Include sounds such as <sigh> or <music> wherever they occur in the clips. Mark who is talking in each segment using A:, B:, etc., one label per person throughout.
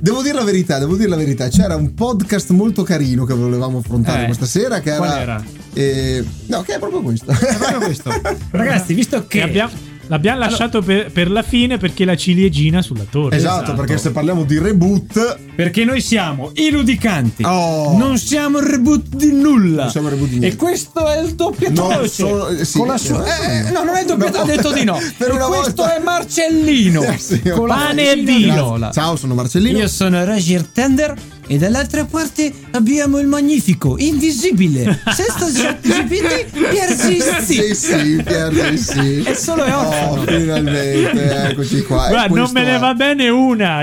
A: Devo dire la verità, devo dire la verità. C'era un podcast molto carino che volevamo affrontare
B: Eh.
A: questa sera. Che era.
C: Qual era?
A: eh, no, che è proprio questo. Esatto, <laughs>
B: Proprio questo.
D: Ragazzi, visto che.
C: Che abbiamo- l'abbiamo lasciato per, per la fine perché la ciliegina sulla torta.
A: esatto, perché se parliamo di reboot,
B: Perché noi siamo i ludicanti.
A: Oh.
B: Non siamo il reboot di nulla.
A: Non siamo il reboot di
B: E
A: niente.
B: questo è il doppiatore.
A: No, sono- sì.
B: con la sua...
A: Eh,
B: eh, no, non è il doppiatore, ha
A: no.
B: detto di no.
A: <laughs> Per
B: E
A: una
B: questo
A: volta.
B: è Marcellino.
A: <laughs> Eh, sì,
B: con la
C: pane
B: faccina
C: e vino.
B: viola.
A: Ciao, sono Marcellino.
B: Io sono Roger Tender e dall'altra parte abbiamo il magnifico, invisibile, sesto GPT,
A: Sì,
B: Pierzisti.
A: sì, Pier, sì, sì.
B: È solo è
A: Oh,
B: orfano.
A: finalmente, eccoci qua. E
C: Guarda, non
A: questo eh.
C: me ne
A: è-
C: va bene una,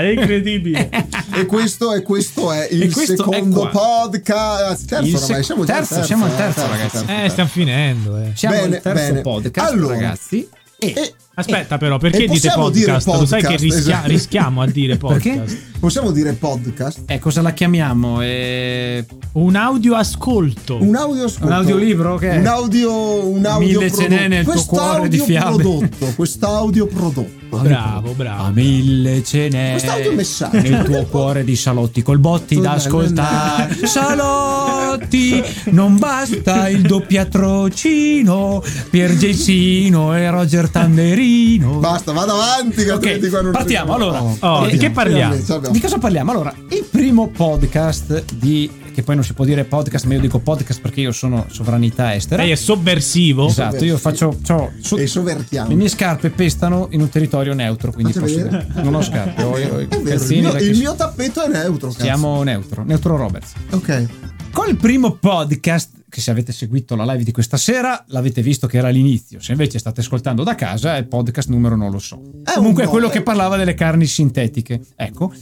A: <laughs>
C: è incredibile.
A: E questo, e questo è il
B: questo è
A: secondo
B: qua.
A: podcast. Terzo,
B: Il
A: ormai,
B: sec-
A: siamo già al
B: terzo, siamo al terzo, ragazzi.
C: eh, stiamo finendo. eh.
B: Siamo
A: Bene,
B: al terzo
A: bene.
B: podcast,
A: Allora.
B: ragazzi. E,
A: E
C: Aspetta, però, perché
A: Eh, E
C: dite
A: possiamo dire
C: podcast? Lo sai che
A: podcast,
C: rischia-
A: esatto. <laughs>
C: rischiamo a dire podcast?
B: Perché?
A: possiamo dire podcast?
B: eh, cosa la chiamiamo? Eh,
C: Un audio ascolto.
A: Un audio ascolto.
B: Un audiolibro che è?
A: Un audio, un audio
B: Mille cenè nel tuo cuore di fiabe.
A: prodotto, quest'audio prodotto.
C: Bravo, bravo.
B: A mille cene.
A: Quest'audio messaggio.
B: Nel tuo cuore di Salotti col botti da ascoltare. Salotti, non basta il doppiatrocino. Pier Gessino e Roger Tanderino.
A: Basta, vado avanti. che altrimenti qua non
B: partiamo, allora.
A: Oh,
C: Oh, di che parliamo?
A: Finalmente, abbiamo-
B: Di cosa parliamo? Allora, il primo podcast di che poi non si può dire podcast, ma io dico podcast perché io sono sovranità estera.
C: Lei è sovversivo.
B: Esatto, io faccio c'ho- su-
A: E sovvertiamo.
B: le mie scarpe pestano in un territorio neutro, quindi
A: Faccia
B: posso
A: vedere.
B: dire- non ho scarpe, ho, ho i
A: Ah, <laughs> È vero, il
B: calzini
A: mio,
B: perché
A: il
B: so-
A: mio tappeto è neutro. cazzo.
B: siamo neutro, neutro Roberts.
A: Ok.
B: Col primo podcast che se avete seguito la live di questa sera l'avete visto che era all'inizio, se invece state ascoltando da casa è il podcast numero non lo so.
A: È
B: Comunque
A: un eh.
B: è quello
A: nome.
B: che parlava delle carni sintetiche. Ecco,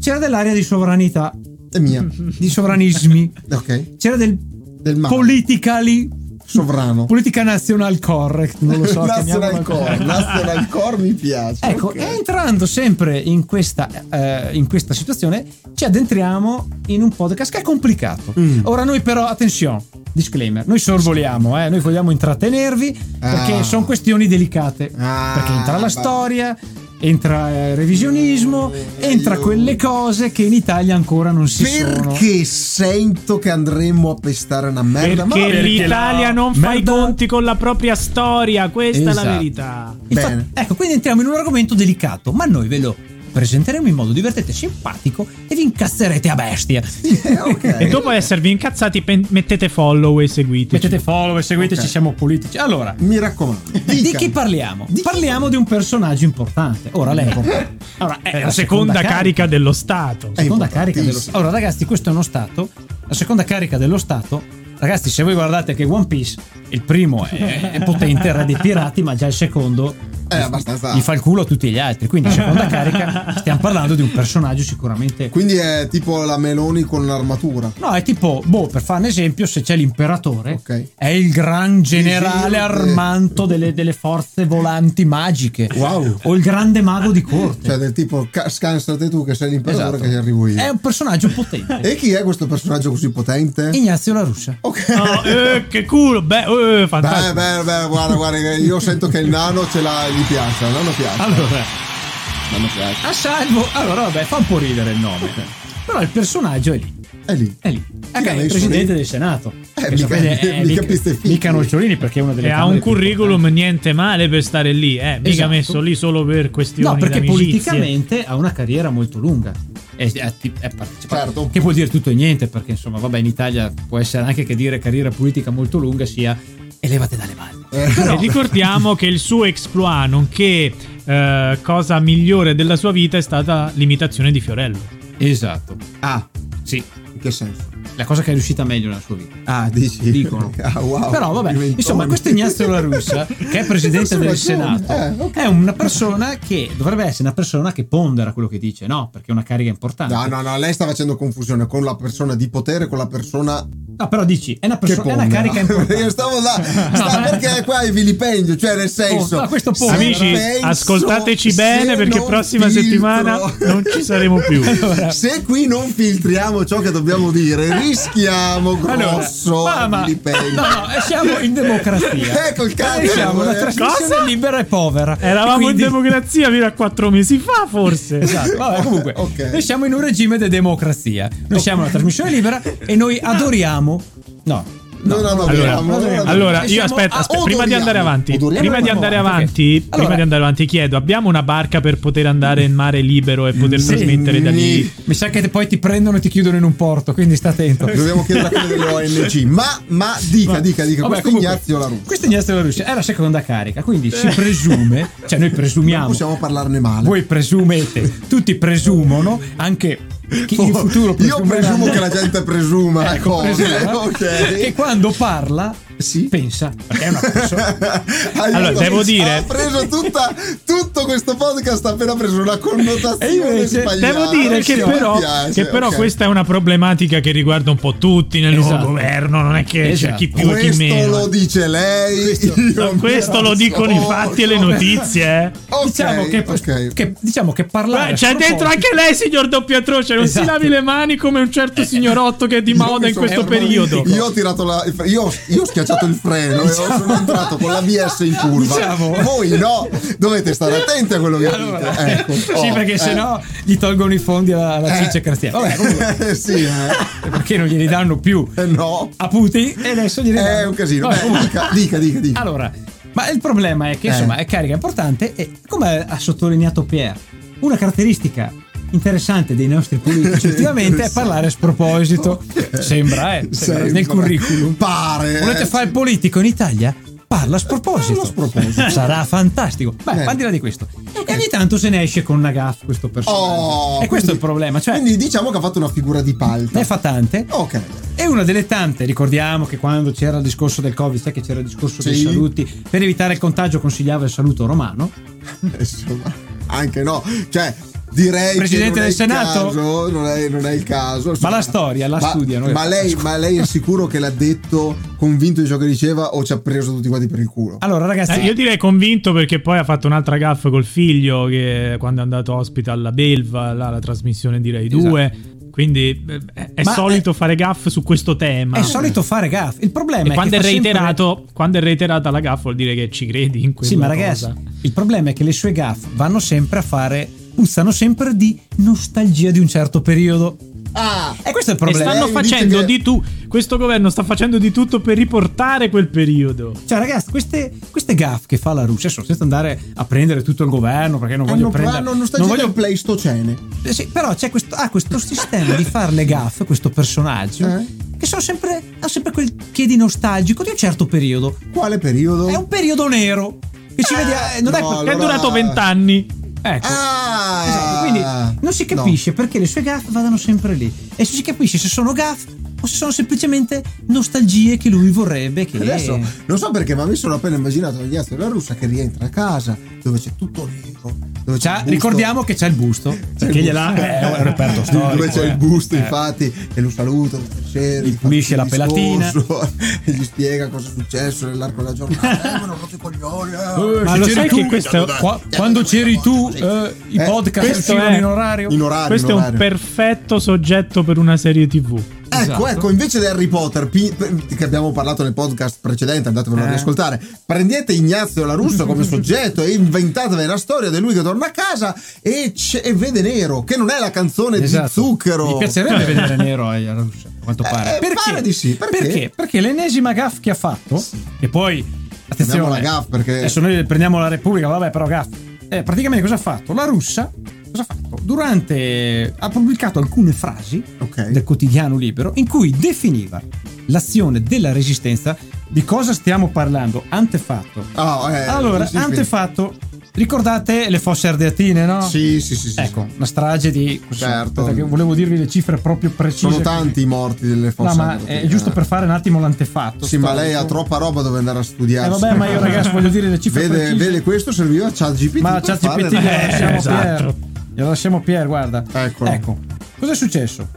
B: c'era dell'area di sovranità,
A: È mia.
B: di sovranismi.
A: Ok.
B: C'era del,
A: Del male.
B: politically
A: Sovrano.
B: politica national correct, non lo so, chiamiamola
A: <laughs> National
B: così.
A: Core. National Core mi piace.
B: Ecco,
A: ok.
B: entrando sempre in questa, eh, in questa situazione, ci addentriamo in un podcast che è complicato.
A: Mm.
B: Ora noi però, attenzione, disclaimer, noi sorvoliamo, eh, noi vogliamo intrattenervi
A: Ah.
B: perché sono questioni delicate.
A: Ah,
B: perché entra la
A: va.
B: storia, entra il revisionismo,
A: Eh,
B: entra
A: io-
B: quelle cose che in Italia ancora non si sono.
A: Perché sento che andremo a pestare una merda?
C: Perché
A: Ma-
C: l'Italia
B: la-
C: non fa i
B: merda-
C: conti con la propria storia, questa è la
B: Esatto.
C: verità.
B: Infatti-
A: Bene.
B: ecco, quindi entriamo in un argomento delicato, ma noi ve lo presenteremo in modo divertente e simpatico e vi incazzerete a bestia.
A: <laughs> Eh, ok.
C: E dopo esservi incazzati, pen- mettete follow e seguiteci.
B: Mettete follow e seguiteci,
A: Ok.
B: siamo politici. Allora,
A: Mi raccomando.
B: di
A: dica.
B: chi parliamo?
A: Di chi-
B: parliamo di un personaggio importante. Ora lei allora, eh,
C: È la seconda carica dello Stato.
A: Eh,
B: seconda
A: È
B: carica dello
A: importantissimo.
B: Stato. Allora, ragazzi, questo è uno Stato. La seconda carica dello Stato. Ragazzi, se voi guardate che One Piece, il primo è, è potente, il re dei pirati, ma già il secondo
A: È abbastanza.
B: gli fa il culo a tutti gli altri. Quindi, seconda carica, stiamo parlando di un personaggio sicuramente.
A: Quindi è tipo la Meloni con l'armatura.
B: No, è tipo, boh, per fare un esempio, se c'è l'imperatore,
A: Ok.
B: è il gran generale
A: Gigante.
B: armanto delle, delle forze volanti magiche.
A: Wow.
B: O il grande mago di corte.
A: Cioè, del tipo, ca- scansate tu che sei l'imperatore
B: Esatto.
A: che ci arrivo io.
B: È un personaggio
A: <laughs>
B: potente.
A: E chi è questo personaggio così potente?
B: Ignazio La Russa.
A: Ok.
C: No, eh, che culo, beh, eh,
A: Beh,
C: fantastico.
A: beh, beh, guarda, guarda, io sento che il nano ce l'ha, gli piace, il nano piace,
B: Allora,
A: il nano piace.
B: a salvo. Allora, vabbè, fa un po' ridere il nome. Però il personaggio è lì.
A: È lì.
B: È lì. Ok,
A: l'ha
B: il
A: messo
B: presidente
A: lì?
B: del Senato.
A: Eh,
B: Che
A: <laughs> mica-
B: sapete, è
A: mica
B: Mica-
A: Pistefini.
B: Mica Nocciolini perché è una delle
C: E ha
B: Camere
C: un
B: più
C: curriculum niente male per stare lì, eh. Mica
B: Esatto.
C: messo lì solo per questioni
B: No, perché
C: d'amicizie.
B: politicamente ha una carriera molto lunga. È, è, è partecipato.
A: Certo.
B: Che vuol dire tutto e niente, perché insomma, vabbè, in Italia può essere anche che dire carriera politica molto lunga sia elevate dalle valli.
A: Eh,
C: E ricordiamo che il suo exploit, nonché eh, cosa migliore della sua vita, è stata l'imitazione di Fiorello.
B: Esatto.
A: Ah,
B: Sì,
A: in che senso?
B: la cosa che è riuscita meglio nella sua vita.
A: Ah, <laughs> dici?
B: Dicono.
A: Ah, wow.
B: Però vabbè,
A: Diventoni.
B: insomma, questo Ignazio
A: <laughs>
B: La Russa, che è presidente
A: Forse
B: del
A: ragione.
B: Senato,
A: Eh, ok.
B: è una persona che dovrebbe essere una persona che pondera quello che dice, no? Perché è una carica importante.
A: No, no, no, lei sta facendo confusione con la persona di potere e con la persona
B: No, però dici, è una,
A: Che
B: perso- è
A: ponda.
B: una carica importante.
A: <laughs> Io stavo
B: <laughs>
A: là, sta-
B: ma-
A: perché qua è vilipendio, cioè nel senso.
B: Oh, no, questo ponda.
A: se
C: Amici,
A: penso-
C: ascoltateci bene
A: se
C: perché
A: non
C: prossima
A: filtro-
C: settimana non ci saremo
A: <laughs>
C: più.
A: Se qui non filtriamo ciò che dobbiamo dire, rischiamo
B: Allora,
A: grosso
B: mamma-
A: vilipendio.
B: No, no, eh, siamo in
A: <laughs>
B: democrazia.
A: Ecco il cazzo.
B: Eh, siamo una
A: eh.
B: trasmissione
C: Cosa?
B: libera e povera.
C: Eravamo
B: Eh, Quindi-
C: in democrazia fino a quattro mesi fa, forse.
B: Esatto, <laughs> vabbè, comunque,
A: Ok.
B: noi siamo in un regime di democrazia. Noi siamo una trasmissione libera e noi adoriamo. No,
A: No, no, no,
C: Allora,
A: vediamo,
B: allora,
A: vediamo.
C: Allora,
B: E
C: io
B: siamo
C: aspetta,
B: a-
C: aspetta,
A: o
C: prima di
A: doriamo,
C: andare avanti,
A: o doriamo,
C: prima di
B: andiamo
C: andare
B: avanti,
C: avanti,
B: ok.
C: prima
B: Allora-
C: di andare avanti, chiedo, abbiamo una barca per poter andare in mare libero e poter
B: Sì.
C: trasmettere da lì?
A: Mi-
B: mi sa che poi ti prendono e ti chiudono in un porto, quindi sta attento.
A: Dobbiamo chiedere a quello delle ONG. Ma, ma dica, dica, dica,
B: <laughs> Vabbè,
A: questo
B: comunque,
A: Ignazio la russa. Eh.
B: Questo Ignazio la Russia è la seconda carica, quindi si presume, cioè noi presumiamo,
A: Possiamo parlarne male.
B: voi presumete, tutti presumono, anche chi in
A: Oh,
B: futuro
A: Io presumo che
B: presumerà-
A: la gente presuma
B: Ecco,
A: cose.
B: presuma.
A: <laughs> ok.
B: che quando parla
A: Sì. <laughs>
B: pensa, è una persona.
A: Aiuto,
C: Allora, devo dire-
A: Ha preso tutta, tutto questo podcast ha appena preso una connotazione
B: E invece,
A: sbagliata.
C: Devo dire che
A: Mi
C: però,
A: piace,
C: che però
A: ok.
C: questa è una problematica che riguarda un po' tutti nel nuovo
B: Esatto.
C: governo, non è che c'è
B: Esatto.
C: chi più e chi
A: Questo
C: meno.
A: lo dice lei. Questo,
C: No, questo lo dicono i fatti e le notizie. eh.
B: diciamo, che, che- diciamo che parlare
C: Beh,
B: a
C: C'è dentro
B: proposito-
C: anche lei, signor doppiatroce. Non si
B: Esatto. Eh,
C: lavi le mani come un certo signorotto che è di moda in questo periodo. Diciamo-
A: Io ho tirato la. il fre- Io, io ho schiacciato il freno e sono entrato con la BS in curva.
B: Diciamo-
A: Voi no, dovete stare
C: <laughs>
A: attenti a quello che dite. Ecco.
B: sì,
A: Oh,
B: perché
A: eh.
B: sennò gli tolgono i fondi alla, alla
A: Eh.
B: ciccia cristiana. Vabbè, comunque,
A: Eh, <laughs> sì, eh.
B: perché non glieli danno più
A: Eh, no.
B: a Putin e adesso glieli danno.
A: È un casino.
B: Vabbè,
A: Beh,
B: comunque.
A: dica, dica, dica, dica.
B: Allora, ma il problema è che
A: Eh.
B: insomma è carica importante e come ha sottolineato Pierre, una caratteristica interessante dei nostri
A: <laughs>
B: politici ultimamente è parlare a sproposito. Esatto. Sembra, eh, sembra, nel
A: Sembra.
B: curriculum.
A: Pare.
B: Volete
A: eh.
B: fare il politico in Italia? Parla a sproposito.
A: Parla a sproposito.
B: <laughs> Sarà fantastico.
A: Eh.
B: Beh, al di là di questo. E ogni tanto se ne esce con una gaffa questo personaggio.
A: Oh,
B: e questo
A: quindi-
B: è il problema. Cioè,
A: Quindi Oh. diciamo che ha fatto una figura di palta.
B: ne fa tante.
A: Ok.
B: E una delle tante, ricordiamo che quando c'era il discorso del Covid, sai che c'era il discorso dei
A: Sì.
B: saluti, per evitare il contagio consigliava il saluto romano.
A: Insomma, anche no. Cioè, direi che
B: Presidente
A: non
B: del
A: è il
B: Senato?
A: caso, non, è, non è il caso.
B: Ma
A: Insomma,
B: la storia la
A: ma-
B: studiano.
A: Ma lei, ma lei è sicuro che l'ha detto convinto di ciò che diceva o ci ha preso tutti quanti per il culo?
B: Allora ragazzi,
C: Eh, io direi convinto perché poi ha fatto un'altra gaffa col figlio che quando è andato ospite alla Belva, là, la trasmissione direi
B: Esatto.
C: 2. Quindi eh, è, è
B: Ma
C: solito fare gaffe su questo tema.
B: è solito fare gaffe. Il problema
C: E
B: è
C: quando
B: che
C: è,
B: fa sempre-
C: reiterato, quando è reiterata la gaffa vuol dire che ci credi in quella
B: Sì, ma
C: cosa.
B: ragazzi, il problema è che le sue gaffe vanno sempre a fare puzzano sempre di nostalgia di un certo periodo.
A: Ah,
B: E questo è il
C: E
B: problema.
C: stanno
A: Lei dice
C: facendo
A: che-
C: di tu. Questo governo sta facendo di tutto per riportare quel periodo.
B: Cioè, ragazzi, queste, queste gaffe che fa la Russia, adesso senza andare a prendere tutto il governo, perché non voglio
A: hanno,
B: prendere.
A: hanno nostalgia
B: non voglio-
A: del Pleistocene.
B: Eh sì, però c'è questo, ha questo sistema di fare le gaffe, questo personaggio,
A: Eh?
B: che sono sempre, ha sempre quel piedi nostalgico di un certo periodo.
A: Quale periodo?
B: È un periodo nero. Che ci vediamo.
A: Eh,
B: non
A: no,
B: è
A: Allora-
C: Che è durato vent'anni.
B: Ecco.
A: Ah,
B: Esatto, quindi non si
A: no.
B: capisce perché le sue gaffe vadano sempre lì. E non si capisce se sono gaffe o se sono semplicemente nostalgie che lui vorrebbe che.
A: Adesso non so perché, ma mi sono appena immaginato Ignazio della Russa che rientra a casa dove c'è tutto nero. Dove c'è
B: C'ha-
A: il busto-
B: ricordiamo che c'è il busto.
A: c'è il
B: perché gliel'ha.
A: busto.
B: eh, È un reperto
A: <laughs>
B: storico.
A: Dove c'è
B: eh.
A: il busto,
B: Eh.
A: infatti, e lo saluta, lo piacere,
B: Gli pulisce la pelatina.
A: <laughs> e gli spiega cosa è successo nell'arco della
B: <laughs>
A: giornata. Eh, ma non rotto i coglioni. eh.
B: Ma
C: Se
B: lo
C: c'eri
B: sai
C: tu,
B: che questo,
C: dai,
B: qua- quando c'eri tu, eh, i
A: Eh,
B: podcast
C: questo
B: uscivano
C: è-
B: in orario?
A: In orario.
C: Questo
A: in
C: è un
A: orario.
C: perfetto soggetto per una serie TV.
A: Ecco,
B: Esatto.
A: ecco, invece di Harry Potter, pi- pe- che abbiamo parlato nel podcast precedente, andatevelo a
B: Eh.
A: riascoltare, prendete Ignazio la Russa
B: <laughs>
A: come soggetto e inventatevi la storia di lui che torna a casa e, c- e vede nero, che non è la canzone di Zucchero.
B: Esatto. Mi piacerebbe vedere Nero alla Russia, a quanto pare.
A: Eh, pare di sì, perché?
B: Perché? Perché l'ennesima gaff che ha fatto, e poi. Attenzione,
A: Prendiamo la gaff perché-
B: adesso noi prendiamo la Repubblica, vabbè, però gaff. Eh, praticamente cosa ha fatto? La russa cosa ha fatto? Durante ha pubblicato alcune frasi
A: Ok.
B: del quotidiano libero in cui definiva l'azione della resistenza di cosa stiamo parlando, antefatto.
A: Ah, eh,
B: allora,
A: sì, sì.
B: antefatto, ricordate le fosse ardeatine, no?
A: Sì, sì, sì, sì.
B: Ecco, una strage di.
A: Certo.
B: Aspetta che volevo dirvi le cifre proprio precise.
A: Sono tanti i morti delle
B: No,
A: fosse.
B: ma è
A: ardeatine,
B: giusto
A: eh.
B: per fare un attimo l'antefatto.
A: Sì, ma
B: storico.
A: lei ha troppa roba dove andare a
B: Eh,
A: studiare.
B: vabbè, ma io, ragazzi, voglio dire le cifre
A: Vede,
B: precise.
A: vede, questo serviva a ChatGPT.
B: ma
A: per
B: ChatGPT
A: fare-
B: glielo lasciamo
C: esatto.
B: Pier. Glielo lasciamo Pier, guarda.
A: Eh, Eccolo.
B: Ecco. Cos'è successo?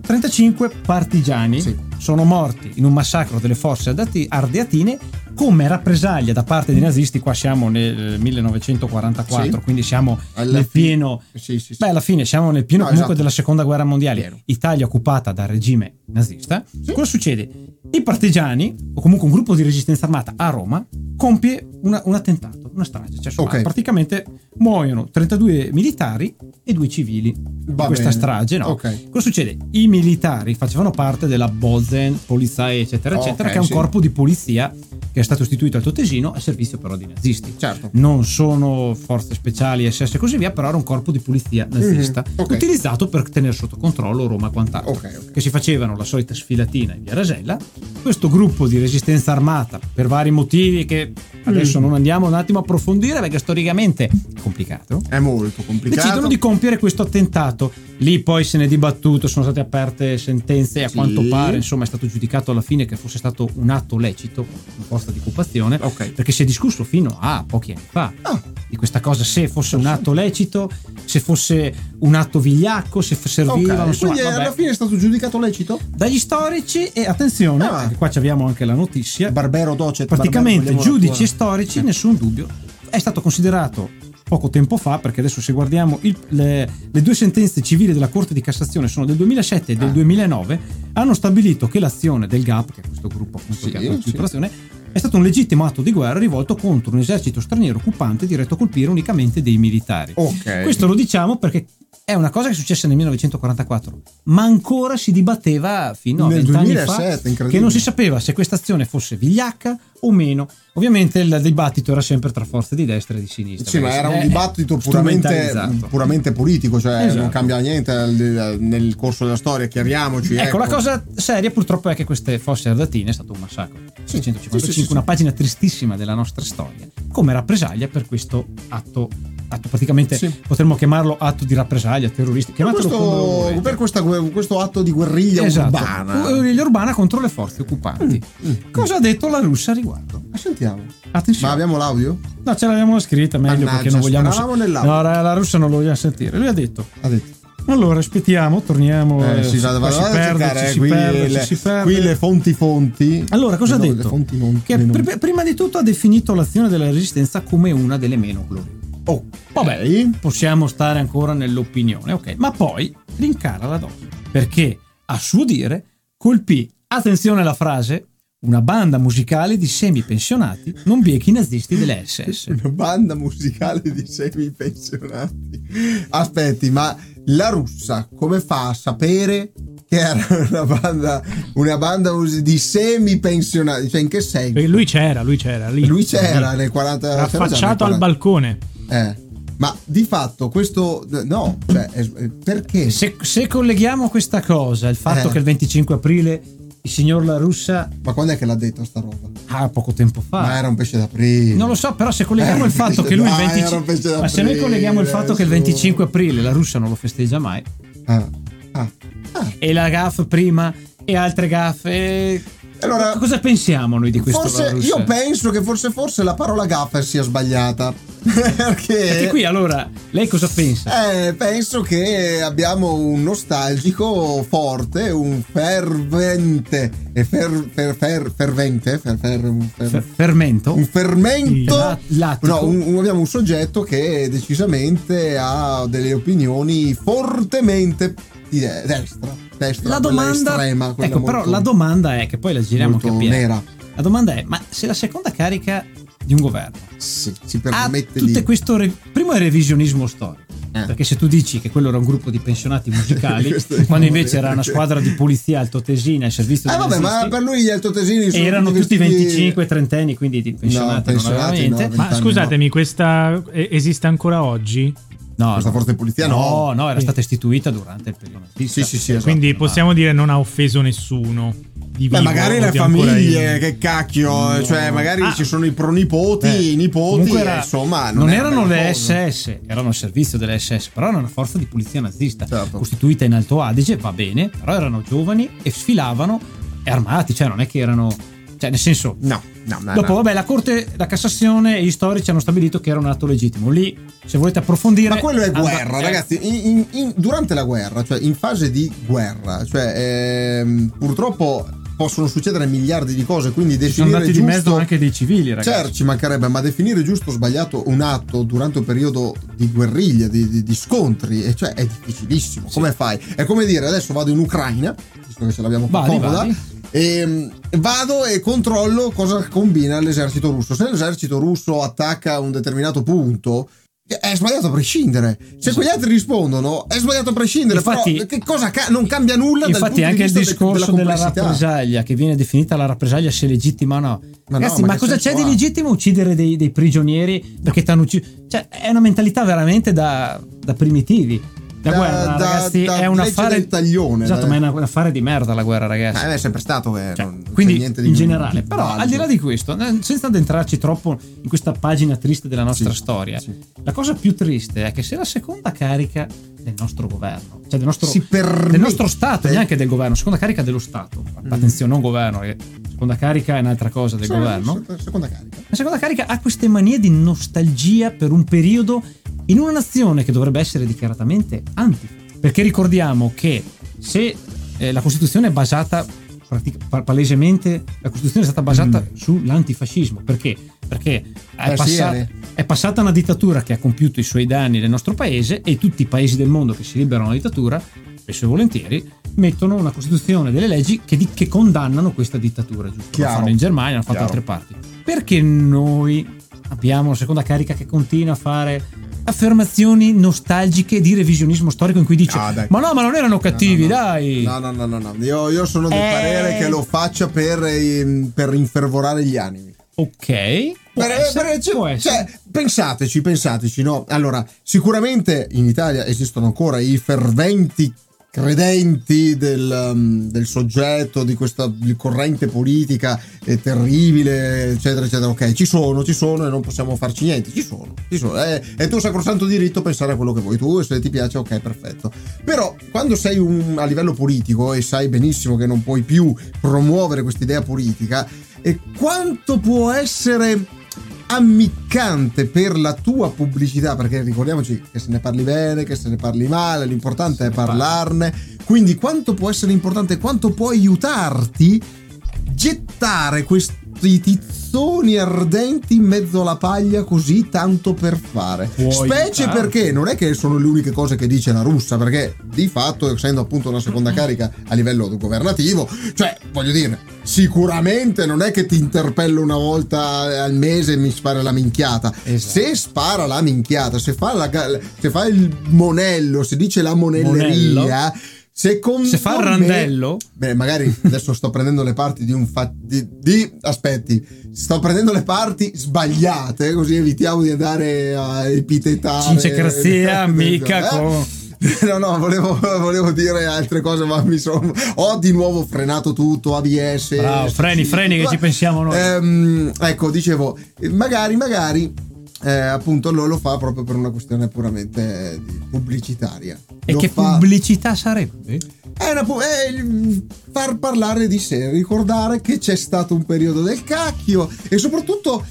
B: 335 partigiani
A: Sì.
B: sono morti in un massacro delle forze adati- ardeatine come rappresaglia da parte dei nazisti. Qua siamo nel 1944,
A: Sì.
B: quindi siamo <laughs>
A: Alla
B: nel
A: fine-
B: pieno.
A: Sì, sì, sì.
B: Beh, alla fine siamo nel pieno
A: No,
B: comunque
A: esatto.
B: della seconda guerra mondiale.
A: Pieno.
B: Italia occupata dal regime nazista. Cosa succede? I partigiani, o comunque un gruppo di resistenza armata a Roma, compie una- un attentato, una strage. Cioè, insomma,
A: Ok.
B: praticamente muoiono 32 militari e due civili in
A: Va
B: questa
A: bene.
B: strage. No?
A: Ok.
B: Cosa succede? I militari facevano parte della Bozen, Polizia, eccetera,
A: Ok,
B: eccetera, che è un
A: sì.
B: corpo di polizia che è stato istituito al Totesino a servizio però dei nazisti
A: Certo.
B: non sono forze speciali, SS e così via, però era un corpo di polizia nazista
A: Mhm, ok.
B: utilizzato per tenere sotto controllo Roma e quant'altro.
A: Ok, ok.
B: Che si facevano la solita sfilatina in via Rasella. Questo gruppo di resistenza armata, per vari motivi che adesso
A: Mm.
B: non andiamo un attimo a approfondire perché storicamente è complicato.
A: È molto complicato.
B: Decidono di compiere questo attentato. Lì poi se ne è dibattuto, sono state aperte sentenze e a
A: Sì.
B: quanto pare, insomma, è stato giudicato alla fine che fosse stato un atto lecito, imposta di occupazione,
A: Ok.
B: perché si è discusso fino a pochi anni fa
A: Ah,
B: di questa cosa, se fosse un atto lecito, se fosse un atto vigliacco, se f-
A: ok.
B: serviva, non so,
A: Quindi
B: vabbè.
A: alla fine è stato giudicato lecito?
B: Dagli storici e attenzione,
A: Ah.
B: perché qua ci abbiamo anche la notizia,
A: Barbero docet.
B: praticamente
A: Barbero,
B: giudici e
A: vogliamo Eh.
B: storici, nessun dubbio, è stato considerato poco tempo fa, perché adesso se guardiamo il- le, le due sentenze civili della Corte di Cassazione sono del 2007 e del
A: Ah.
B: 2009, hanno stabilito che l'azione del GAP, che è questo gruppo appunto
A: Sì,
B: che ha fatto
A: sì.
B: l'operazione, è stato un legittimo atto di guerra rivolto contro un esercito straniero occupante diretto a colpire unicamente dei militari.
A: la tua- Ok.
B: Questo lo diciamo perché è una cosa che è successa nel 1944, ma ancora si dibatteva fino a
A: Nel
B: vent'anni
A: 2007,
B: fa
A: incredibile.
B: che non si sapeva se questa azione fosse vigliacca o meno. Ovviamente il dibattito era sempre tra forze di destra e di sinistra.
A: Sì, ma
B: perché
A: era
B: se-
A: un
B: eh,
A: dibattito puramente,
B: strumentalizzato.
A: puramente politico, cioè
B: Esatto.
A: non cambia niente al- nel corso della storia, chiariamoci.
B: Ecco, la cosa seria purtroppo è che queste fosse ardatine è stato un massacro.
A: Sì,
B: 655,
A: sì, sì, sì, sì.
B: una pagina tristissima della nostra storia, come rappresaglia per questo atto, atto praticamente
A: Sì.
B: potremmo chiamarlo atto di rappresaglia, terroristi,
A: Per,
B: chiamatelo
A: questo-
B: come lo volete.
A: per questa gue- questo atto di guerriglia
B: esatto.
A: urbana.
B: Guerriglia urbana contro le forze occupanti.
A: Mm.
B: Cosa ha detto la russa a riguardo?
A: Ma sentiamo. Ma
B: Attenzione.
A: abbiamo l'audio?
B: No, ce l'abbiamo scritta meglio
A: Mannaggia,
B: perché non vogliamo.
A: speravamo nell'audio.
B: no, la, la russa non lo vogliamo sentire. Lui ha detto.
A: Ha detto.
B: Allora, aspettiamo, torniamo.
A: Eh,
B: eh,
A: sì, vado-
B: qua
A: vado
B: si
A: a
B: perde,
A: cercare,
B: ci
A: eh,
B: si
A: qui,
B: perde,
A: le,
B: ci si perde.
A: qui le fonti fonti.
B: Allora, cosa
A: Eh no,
B: ha
A: Le
B: detto?
A: fonti monti,
B: Che
A: le non-
B: pr- prima di tutto ha definito l'azione della resistenza come una delle meno gloriose.
A: Oh,
B: Vabbè, possiamo stare ancora nell'opinione, ok, ma poi rincara la dose, perché a suo dire colpì, attenzione alla frase, una banda musicale di semipensionati non biechi nazisti delle SS.
A: Una banda musicale di semi-pensionati. Aspetti, ma la russa come fa a sapere che era una banda, una banda mus- di semi-pensionati? Cioè, in che senso?
C: Perché lui c'era, lui c'era lì.
A: Lui c'era
C: Lì.
A: nel 40 c'era già nel
C: affacciato
A: 40.
C: al balcone.
A: Eh, ma di fatto questo no, cioè, eh, perché
B: Se, se colleghiamo questa cosa, il fatto
A: Eh.
B: che il 25 aprile il signor La Russa
A: ma quando è che l'ha detto sta roba?
B: ah, poco tempo fa...
A: Ma era un pesce d'aprile.
B: Non lo so, però se colleghiamo il fatto che
A: <laughs>
B: lui il
A: Dai,
B: 25
A: era un pezzo d'aprile,
B: Ma se noi colleghiamo il fatto che il
A: su.
B: 25 aprile la Russia non lo festeggia mai
A: Ah, ah, ah.
B: e la GAF prima e altre gaffe
A: Allora,
B: Co- cosa pensiamo noi di questo la
A: Forse,
B: Russia?
A: io penso che forse forse la parola gaffa sia sbagliata. <laughs> perché
B: Perché qui allora lei cosa pensa?
A: eh, penso che abbiamo un nostalgico forte, un fervente e fer, fer- fer- fervente, fer- fer- un fer-
B: Fer- fermento?
A: Eh, un fermento,
B: La- lattico.
A: no, un- un- abbiamo un soggetto che decisamente ha delle opinioni fortemente di de- destra, destra quella
B: La domanda
A: estrema, quella
B: Ecco, però
A: molto-
B: la domanda è che poi la giriamo
A: molto
B: anche a Piero.
A: nera.
B: La domanda è ma se la seconda carica di un governo
A: si, si
B: ha
A: permette
B: tutto
A: di
B: questo re- primo è revisionismo storico
A: Eh.
B: perché se tu dici che quello era un gruppo di pensionati
A: <laughs>
B: musicali
A: Questo è
B: quando
A: il
B: invece era una
A: perché-
B: squadra di polizia altotesina al servizio
A: Eh
B: dei
A: vabbè, ma
B: nazisti,
A: per lui gli altotesini sono
B: erano tutti
A: vestiti-
B: 25 trentenni quindi di pensionati non aveva
A: pensionati
B: niente
A: no,
B: ma
C: Ma
A: Vent'anni,
C: scusatemi, questa eh, esiste ancora oggi?
B: no,
A: Questa
B: no.
A: forza di polizia no.
B: no no era
C: Sì.
B: stata istituita durante il periodo nazista
A: Sì, sì, sì, esatto.
C: Quindi
B: Ma-
C: possiamo dire non ha offeso nessuno. Di
A: Beh,
C: vivo
A: magari
C: o
A: le
C: di ancora
A: famiglie,
C: in-
A: che cacchio,
B: No.
A: cioè magari
C: Ah.
A: ci sono i pronipoti,
B: Beh,
A: i nipoti,
B: comunque
A: e
B: era-
A: insomma...
B: non,
A: è una
B: erano
A: bella
B: le
A: cosa.
B: SS, erano il servizio delle SS, però erano una forza di polizia nazista
A: Certo.
B: costituita in Alto Adige, va bene, però erano giovani e sfilavano e armati, cioè non è che erano. cioè, Cioè, nel senso,
A: No, no, no.
B: Dopo,
A: no.
B: vabbè, la Corte, la Cassazione e gli storici hanno stabilito che era un atto legittimo. Lì, se volete approfondire.
A: Ma quello è
B: anda-
A: guerra,
B: eh,
A: ragazzi. In- in- in- durante la guerra, cioè in fase di guerra, cioè, ehm, purtroppo possono succedere miliardi di cose, quindi
B: Sono
A: definire
B: andati di mezzo
A: giusto
B: anche dei civili, ragazzi.
A: Certo, ci mancherebbe, ma definire giusto o sbagliato un atto durante un periodo di guerriglia, di, di- di scontri, e cioè è difficilissimo. Come fai? È come dire adesso vado in Ucraina, visto che ce l'abbiamo qua
B: Vai,
A: comoda,
B: vai.
A: e mm, vado e controllo cosa combina l'esercito russo. Se l'esercito russo attacca un determinato punto. È sbagliato a prescindere. Se quegli altri rispondono, è sbagliato a prescindere.
B: Esatto.
A: però
B: Infatti-
A: che cosa ca- non cambia nulla dal punto
B: Infatti,
A: di
B: anche il
A: vista de-
B: discorso
A: della
B: della
A: complessità.
B: rappresaglia, che viene definita la rappresaglia se legittima o no.
A: Ma no,
B: Ragazzi,
A: ma
B: ma,
A: che
B: cosa
A: senso
B: c'è di
A: ha?
B: legittimo uccidere dei, dei prigionieri perché t'hanno ucciso? Cioè, è una mentalità veramente da, da primitivi. La
A: Da-
B: guerra,
A: da-
B: ragazzi,
A: da
B: è un
A: legge
B: affare.
A: del taglione,
B: esatto,
A: dai.
B: ma è una- un affare di merda la guerra, ragazzi.
A: Eh, è sempre stato che
B: Cioè,
A: non c'è
B: quindi
A: niente di
B: in
A: più
B: generale, però al di là di questo, eh, senza addentrarci troppo in questa pagina triste della nostra
A: Sì,
B: storia,
A: sì.
B: la cosa più triste è che se la seconda carica del nostro governo, cioè del nostro,
A: Si permette. Mm.
B: del nostro Stato, neanche del governo, seconda carica dello Stato, attenzione, non governo, eh, seconda carica è un'altra cosa del
A: Certo, Sì,
B: governo,
A: se- Seconda carica.
B: la seconda carica ha queste manie di nostalgia per un periodo in una nazione che dovrebbe essere dichiaratamente anti. Perché ricordiamo che se eh, la Costituzione è basata pratic- pa- palesemente la Costituzione è stata basata sull'antifascismo perché perché è,
A: Eh, sì,
B: passata,
A: eh.
B: è passata una dittatura che ha compiuto i suoi danni nel nostro paese e tutti i paesi del mondo che si liberano dalla dittatura spesso e volentieri mettono una costituzione delle leggi che, di- che condannano questa dittatura giusto?
A: Chiaro.
B: lo fanno in Germania l'hanno fatto in
A: Chiaro.
B: altre parti perché noi abbiamo una seconda carica che continua a fare affermazioni nostalgiche di revisionismo storico in cui dice
A: Ah, dai.
B: ma no ma non erano cattivi
A: No, no, no.
B: dai
A: No, no, no, no, no. Io, io sono del
B: Eh.
A: parere che lo faccia per, ehm, per infervorare gli animi.
B: ok può
A: Per-
B: essere,
A: per-
B: può
A: cioè,
B: essere.
A: pensateci, pensateci, no? Allora, sicuramente in Italia esistono ancora i ferventi credenti del, um, del soggetto, di questa corrente politica eh, terribile, eccetera, eccetera. Ok, ci sono, ci sono e non possiamo farci niente, ci sono, ci sono. È, è tuo sacrosanto diritto pensare a quello che vuoi tu e se ti piace, ok, perfetto. Però quando sei un- a livello politico e sai benissimo che non puoi più promuovere questa idea politica, e quanto può essere ammiccante per la tua pubblicità perché ricordiamoci che se ne parli bene che se ne parli male l'importante è parlarne quindi quanto può essere importante quanto può aiutarti gettare questi tizzoni ardenti in mezzo alla paglia così tanto per fare
B: Può
A: specie
B: aiutarti.
A: perché non è che sono le uniche cose che dice la russa perché di fatto essendo appunto una seconda
B: Mm.
A: carica a livello governativo cioè voglio dire sicuramente non è che ti interpello una volta al mese e mi spara la minchiata
B: Esatto.
A: se spara la minchiata se fa, la ga- se fa il monello se dice la monelleria
B: Monello.
A: secondo
B: se fa il
A: me-
B: randello
A: Beh,
B: <laughs>
A: magari adesso sto prendendo le parti di un fa- di, di- aspetti, sto prendendo le parti sbagliate, così evitiamo di andare a epitetare.
B: Cincecrazia,
A: <laughs> Eh,
B: mica
A: eh.
B: con-
A: <laughs> No, no, volevo, volevo dire altre cose, ma mi sono. Ho di nuovo frenato tutto. ABS.
B: Bravo, freni, freni, che
A: Ma-
B: ci pensiamo noi.
A: Ehm, ecco, dicevo, eh, magari, magari. eh, appunto, lo, lo fa proprio per una questione puramente eh, di- pubblicitaria.
B: e
A: Lo
B: che
A: fa-
B: pubblicità sarebbe
A: è, una pu- è il- far parlare di sé, ricordare che c'è stato un periodo del cacchio e soprattutto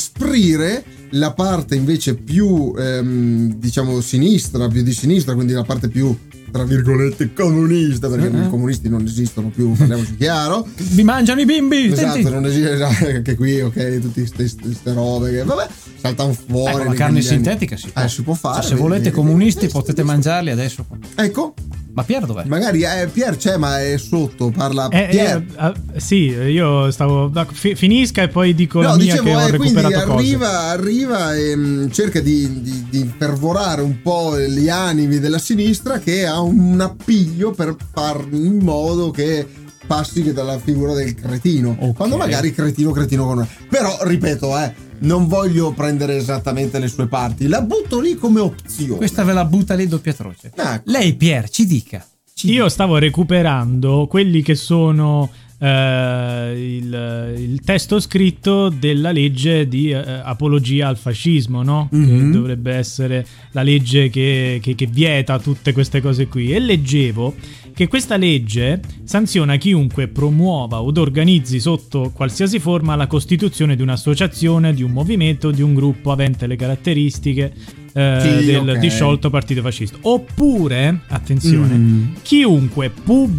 A: inasprire la parte invece più, ehm, diciamo, sinistra, più di sinistra, quindi la parte più, tra virgolette, comunista, perché
B: Eh, eh.
A: i comunisti non esistono più, parliamoci
B: <laughs>
A: chiaro.
B: vi mangiano i bimbi
A: Esatto,
B: senti?
A: non esiste anche qui, ok, tutte queste robe che vabbè, saltano fuori.
B: Ecco, la
A: nei
B: carne
A: cambiali.
B: sintetica si può,
A: Eh, si può fare.
B: Cioè, se
A: vedi,
B: volete
A: vedi,
B: comunisti
A: vedi,
B: potete
A: vedi.
B: mangiarli adesso
A: Ecco,
B: ma Pier dov'è?
A: Magari eh, Pier c'è, ma è sotto. Parla
C: Eh, eh,
A: Pier.
C: eh, sì, io stavo. da- fi- finisca e poi dico la
A: No,
C: mia
A: dicevo,
C: che ho
A: eh, quindi
C: recuperato cose.
A: arriva, arriva e mm, cerca di, di, di pervorare un po' gli animi della sinistra che ha un appiglio per far in modo che passi che dalla figura del cretino.
B: Ok.
A: Quando magari cretino, cretino con noi. Però, ripeto, eh, non voglio prendere esattamente le sue parti. La butto lì come opzione.
B: questa ve la butta lì doppia troce
A: Ecco.
B: lei Pier ci dica
C: Io stavo recuperando quelli che sono eh, il, il testo scritto della legge di eh, apologia al fascismo, no?
A: Mhm.
C: Che dovrebbe essere la legge che, che- che vieta tutte queste cose qui. E leggevo che questa legge sanziona chiunque promuova od organizzi sotto qualsiasi forma la costituzione di un'associazione, di un movimento, di un gruppo avente le caratteristiche eh,
A: Sì,
C: del
A: ok.
C: disciolto partito fascista. Oppure, attenzione,
A: Mm.
C: Chiunque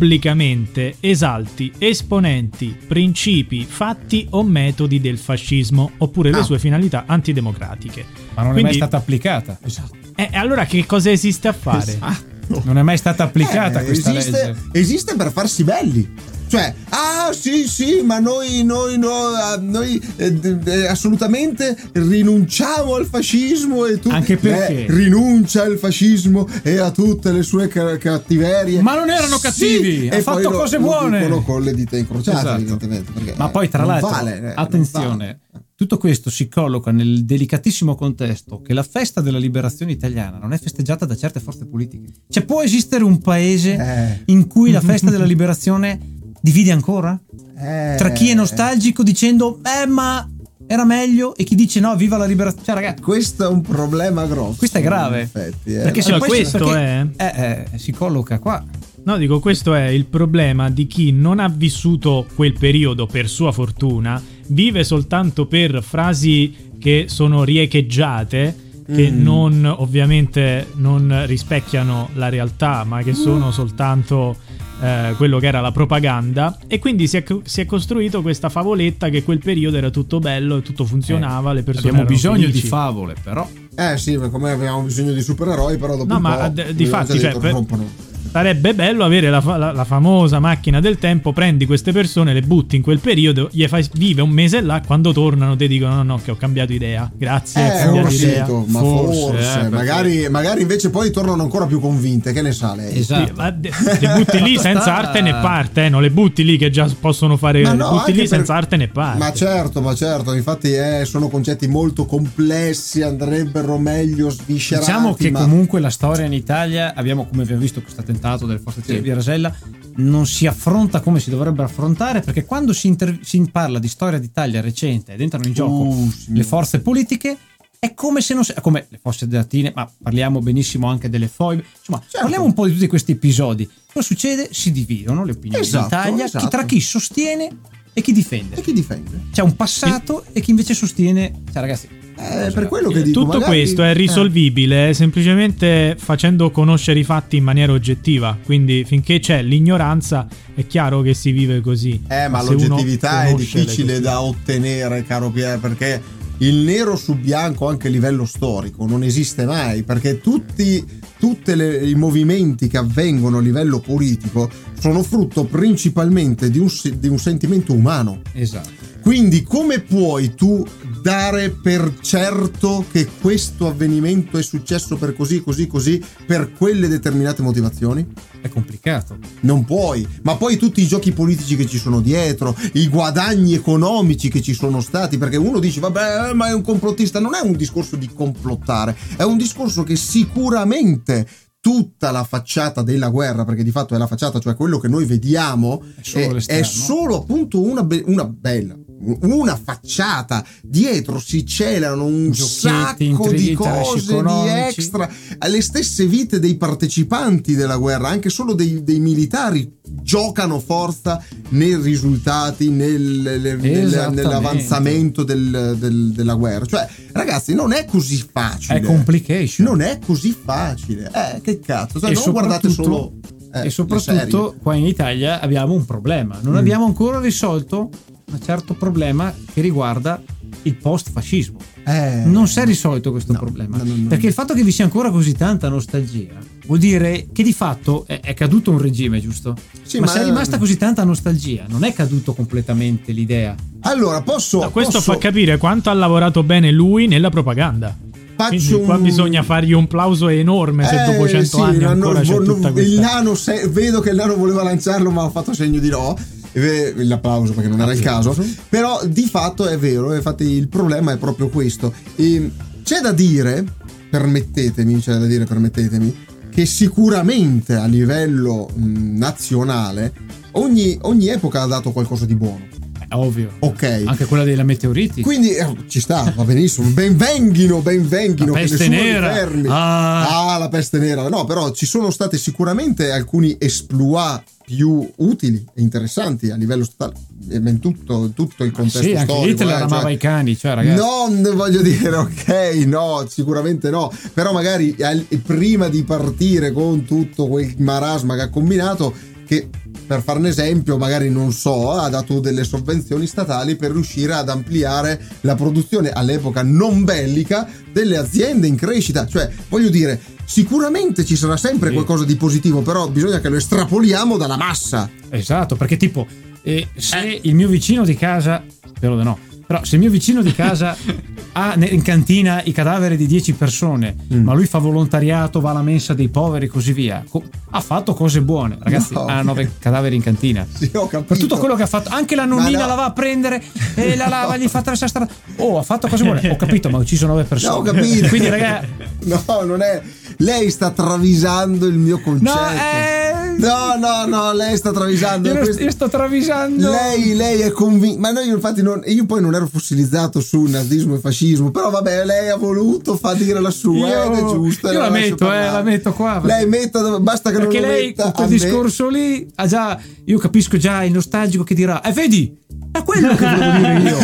C: pubblicamente esalti esponenti, principi, fatti o metodi del fascismo, oppure
A: Ah.
C: le sue finalità antidemocratiche.
B: Ma non è mai
C: Quindi-
B: stata applicata.
A: Esatto.
C: E allora che cosa esiste a fare?
A: Esatto.
B: Non è mai stata applicata
A: Eh,
B: questa
A: esiste,
B: legge.
A: esiste per farsi belli. Cioè, ah sì, sì, ma noi, noi, no, ah, noi eh, d- d- assolutamente rinunciamo al fascismo e tu
B: Anche perché?
A: Eh, rinuncia al fascismo e a tutte le sue ca- cattiverie.
B: Ma non erano
A: Sì,
B: cattivi, ha
A: e
B: fatto
A: poi lo-
B: cose
A: lo
B: buone.
A: dicono con le dita incrociate,
B: Esatto.
A: evidentemente. perché,
B: Ma
A: eh,
B: poi, tra
A: non
B: l'altro,
A: vale, eh, non
B: attenzione,
A: vale.
B: tutto questo si colloca nel delicatissimo contesto che la festa della liberazione italiana non è festeggiata da certe forze politiche. Cioè, può esistere un paese
A: Eh.
B: in cui la festa della liberazione divide ancora?
A: Eh,
B: Tra chi è nostalgico dicendo, beh, ma era meglio, e chi dice no, viva la liberazione. Cioè, ragazzi.
A: Questo è un problema grosso.
B: Questo è grave.
A: Mm, in effetti, eh.
B: Perché
C: Sì, ma
B: poi si-
C: questo
B: perché- eh, eh, si colloca qua.
C: No, dico, questo è il problema di chi non ha vissuto quel periodo per sua fortuna, vive soltanto per frasi che sono riecheggiate, che
A: Mm.
C: non ovviamente non rispecchiano la realtà, ma
B: Mm.
C: che sono soltanto eh, quello che era la propaganda. E quindi si è, co- si è costruito questa favoletta che quel periodo era tutto bello, tutto funzionava, le persone...
B: Eh, Abbiamo
C: erano
B: bisogno
C: felici.
B: di favole, però.
A: Eh sì, ma come abbiamo bisogno di supereroi, però dopo
C: No,
A: un
C: ma
A: po'
C: ad-
A: le
C: di fatti,
A: cose
C: cioè,
A: li
C: per-
A: corrompono.
C: Sarebbe bello avere la, fa- la- la famosa macchina del tempo, prendi queste persone, le butti in quel periodo, gli fai vive un mese là, quando tornano ti dicono no no che ho cambiato idea, grazie, ho
A: Eh,
C: cambiato
A: forse,
C: idea.
A: ma forse,
B: Forse, eh, perché-
A: magari, magari invece poi tornano ancora più convinte, che ne sa lei?
C: Sì, ma de- le butti lì senza arte né parte, eh, no, le butti lì che già possono fare,
A: Ma
C: le
A: no,
C: butti
A: anche
C: eh, lì
A: per-
C: senza arte né parte.
A: Ma certo, ma certo, infatti eh, sono concetti molto complessi, andrebbero meglio sviscerati.
B: Diciamo che
A: ma-
B: comunque la storia in Italia, abbiamo come abbiamo visto questo attentato delle forze
A: Sì.
B: di Rasella, non si affronta come si dovrebbe affrontare perché quando si, inter- si parla di storia d'Italia recente ed entrano in gioco
A: Uh, signor.
B: le forze politiche, è come se non si- come le forze latine, ma parliamo benissimo anche delle foibe, insomma
A: Certo.
B: parliamo un po' di tutti questi episodi. Cosa succede? Si dividono le opinioni
A: Esatto,
B: in Italia chi-
A: esatto.
B: tra chi sostiene e chi difende.
A: E chi difende?
B: C'è un passato e chi invece sostiene... Cioè ragazzi...
A: Eh, per quello che dico.
C: Tutto
A: magari- Eh.
C: questo è risolvibile semplicemente facendo conoscere i fatti in maniera oggettiva, quindi finché c'è l'ignoranza è chiaro che si vive così.
A: Eh, ma
C: se uno
A: l'oggettività è
C: conosce le
A: difficile
C: cose-
A: da ottenere, caro Pier, perché il nero su bianco anche a livello storico non esiste mai, perché tutti tutte le- i movimenti che avvengono a livello politico sono frutto principalmente di un se- di un sentimento umano.
B: Esatto.
A: Quindi come puoi tu dare per certo che questo avvenimento è successo per così, così, così, per quelle determinate motivazioni?
B: È complicato.
A: Non puoi, ma poi tutti i giochi politici che ci sono dietro, i guadagni economici che ci sono stati, perché uno dice vabbè eh, ma è un complottista, non è un discorso di complottare, è un discorso che sicuramente tutta la facciata della guerra, perché di fatto è la facciata, cioè quello che noi vediamo,
B: È solo
A: è-
B: l'esterno.
A: è solo appunto una, be- una bella, una facciata, dietro si celano un
B: Giochietti,
A: sacco
B: intrighi,
A: di
B: interessi
A: cose, di
B: economici.
A: extra, alle stesse vite dei partecipanti della guerra, anche solo dei, dei militari, giocano forza nei risultati, nel- nel- nel-
B: Esattamente.
A: nell'avanzamento del- del- della guerra. Cioè, ragazzi, non è così facile.
B: È complication.
A: Eh, Non è così facile. Eh, che cazzo. Cioè,
B: E
A: non guardate solo...
B: soprattutto-
A: eh, le
B: e soprattutto
A: serie.
B: qua in Italia abbiamo un problema. Non
A: Mm.
B: abbiamo ancora risolto un certo problema che riguarda il post-fascismo.
A: Eh,
B: non si è risolto questo
A: no,
B: problema.
A: no, no, no.
B: perché il fatto che vi sia ancora così tanta nostalgia vuol dire che di fatto è, è caduto un regime, giusto?
A: Sì,
B: ma,
A: ma-
B: se è rimasta così tanta nostalgia, non è caduto completamente l'idea.
A: Allora, posso...
C: No, questo
A: posso-
C: fa capire quanto ha lavorato bene lui nella propaganda.
A: faccio
C: Quindi qua
A: un- Eh,
C: bisogna fargli un plauso enorme se dopo 100
A: sì,
C: anni
A: l'hanno-
C: ancora c'è
A: vo-
C: tutta
A: il
C: questa...
A: nano se- vedo che il nano voleva lanciarlo ma ha fatto segno di no E- l'applauso perché non era il caso
B: Eh,
A: però di fatto è vero infatti il problema è proprio questo E c'è da dire permettetemi c'è da dire permettetemi che sicuramente a livello mh, nazionale ogni, ogni epoca ha dato qualcosa di buono.
B: È ovvio.
A: Ok.
B: Anche quella della meteoriti.
A: Quindi eh, ci sta, va
B: <laughs>
A: benissimo. Benvenghino, benvenghino.
B: La
A: che
B: peste
A: nessuno li
B: nera.
A: fermi.
B: Ah.
A: Ah. la peste nera. No, però ci sono stati sicuramente alcuni esploit più utili e interessanti a livello statale, e in tutto, tutto il contesto
B: sì, anche
A: storico.
B: Hitler
A: eh, cioè-
B: amava i cani, cioè ragazzi.
A: non voglio dire ok, no, sicuramente no, però magari al- prima di partire con tutto quel marasma che ha combinato, che per farne esempio magari non so, ha dato delle sovvenzioni statali per riuscire ad ampliare la produzione all'epoca non bellica delle aziende in crescita, cioè voglio dire, sicuramente ci sarà sempre
B: Sì.
A: qualcosa di positivo, però bisogna che lo estrapoliamo dalla massa.
B: Esatto, perché tipo, eh, se il mio vicino di casa, spero di no, però se il mio vicino di casa ha ne- in cantina i cadaveri di 10 persone,
A: Mm.
B: ma lui fa volontariato, va alla mensa dei poveri e così via, co- ha fatto cose buone. Ragazzi,
A: No. <laughs>
B: ha 9 cadaveri in cantina.
A: Sì, ho
B: Per
A: capito.
B: tutto quello che ha fatto, anche la nonnina
A: Ma no.
B: la va a prendere e
A: <laughs>
B: la lava, gli fa attraversare strada. Oh, ha fatto cose buone. Ho capito, ma ha ucciso 9 persone.
A: No,
B: <laughs>
A: ho capito.
B: Quindi, raga,
A: No, non è. Lei sta travisando il mio concetto.
B: no, eh,
A: Certo. No, no, no, lei sta travisando.
B: io, lo-
A: Questo-
B: io sto travisando.
A: Lei, lei è convinta. Ma no, io infatti non. Io poi non ero fossilizzato su nazismo e fascismo. Però vabbè, lei ha voluto far dire la sua.
B: Io-
A: ed è giusto.
B: io
A: e
B: la
A: lascio
B: metto, eh,
A: parlare.
B: la metto qua.
A: Lei metta dove- basta che
B: Perché
A: non lo
B: lei
A: metta
B: con quel
A: a me.
B: discorso lì ha già. Io capisco già il nostalgico che dirà: Eh, vedi, è quello che volevo dire
A: <laughs>
B: io.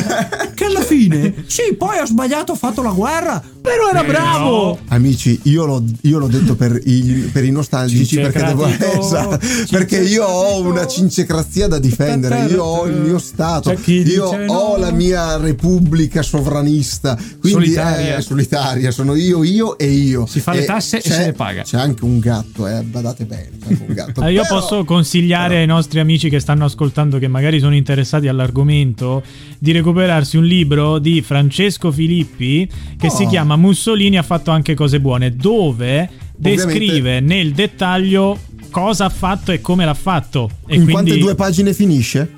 B: Che alla fine, sì, poi ho sbagliato, ho fatto la guerra, però era
C: Eh,
B: bravo.
C: no.
A: Amici, io l'ho, io l'ho detto per i, per i nostalgici
B: Cince
A: perché devo <laughs>
B: cratico,
A: esatto,
B: cince
A: perché io ho
B: cratico.
A: una cincecrazia da difendere, io ho il mio stato,
B: C'è chi
A: io
B: dice
A: ho
B: no.
A: la mia repubblica sovranista, quindi
B: Solitaria.
A: eh, solitaria, sono io, io e io.
B: Si fa le tasse e
A: c'è-
B: se le paga.
A: C'è anche un gatto, eh, badate bene, c'è anche un
B: <laughs>
A: gatto.
C: Eh, io
A: Però-
C: posso consigliare ai nostri amici che stanno ascoltando, che magari sono interessati all'argomento, di recuperarsi un libro di Francesco Filippi che
A: Oh.
C: si chiama Mussolini ha fatto anche cose buone, dove descrive nel dettaglio cosa ha fatto e come l'ha fatto. E
A: in
C: quindi...
A: quante due pagine finisce?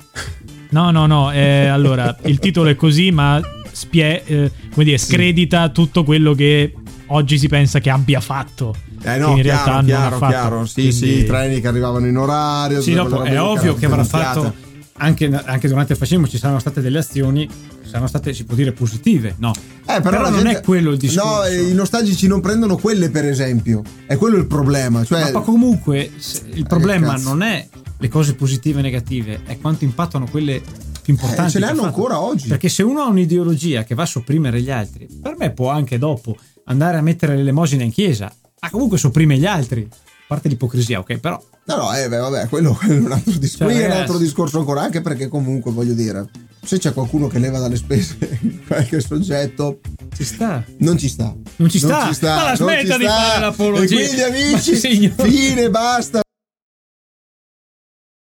C: No, no, no. eh, allora, il titolo è così, ma spie- eh, come dire, scredita tutto quello che oggi si pensa che abbia fatto.
A: Eh
C: che
A: no,
C: in
A: chiaro,
C: realtà non ha
A: chiaro,
C: fatto.
A: chiaro. Sì,
C: Quindi-
A: sì, i treni che arrivavano in orario.
B: Sì,
A: tutte
B: dopo
A: quelle
B: è
A: robe lì,
B: ovvio
A: cazzo,
B: che avrà
A: minchiate.
B: fatto. Anche, anche durante il fascismo ci saranno state delle azioni, saranno state, si può dire, positive, no?
A: Eh,
B: Però
A: la
B: non è quello il discorso.
A: No, eh, i nostalgici non prendono quelle, per esempio. È quello il problema. Cioè, eh,
B: Ma poi comunque se- il problema
A: cazzo.
B: non è le cose positive e negative, è quanto impattano quelle più importanti.
A: Eh, ce le
B: che
A: hanno
B: ha fatto.
A: ancora oggi.
B: Perché se uno ha un'ideologia che va a sopprimere gli altri, per me può anche dopo andare a mettere l'elemosina in chiesa, ma comunque sopprime gli altri. A parte l'ipocrisia, ok? Però
A: No, no, eh, beh, vabbè, quello, <laughs> quello è un altro discorso.
B: Cioè,
A: Qui è un
B: ragazzi.
A: altro discorso ancora, anche perché comunque, voglio dire, se c'è qualcuno che leva dalle spese <laughs> qualche soggetto,
B: ci sta.
A: non ci sta.
B: Non ci sta. Ma la
A: non
B: smetta
A: ci
B: di
A: sta.
B: fare l'apologia.
A: E quindi,
B: <laughs> Ma
A: amici,
B: signor-
A: fine, basta.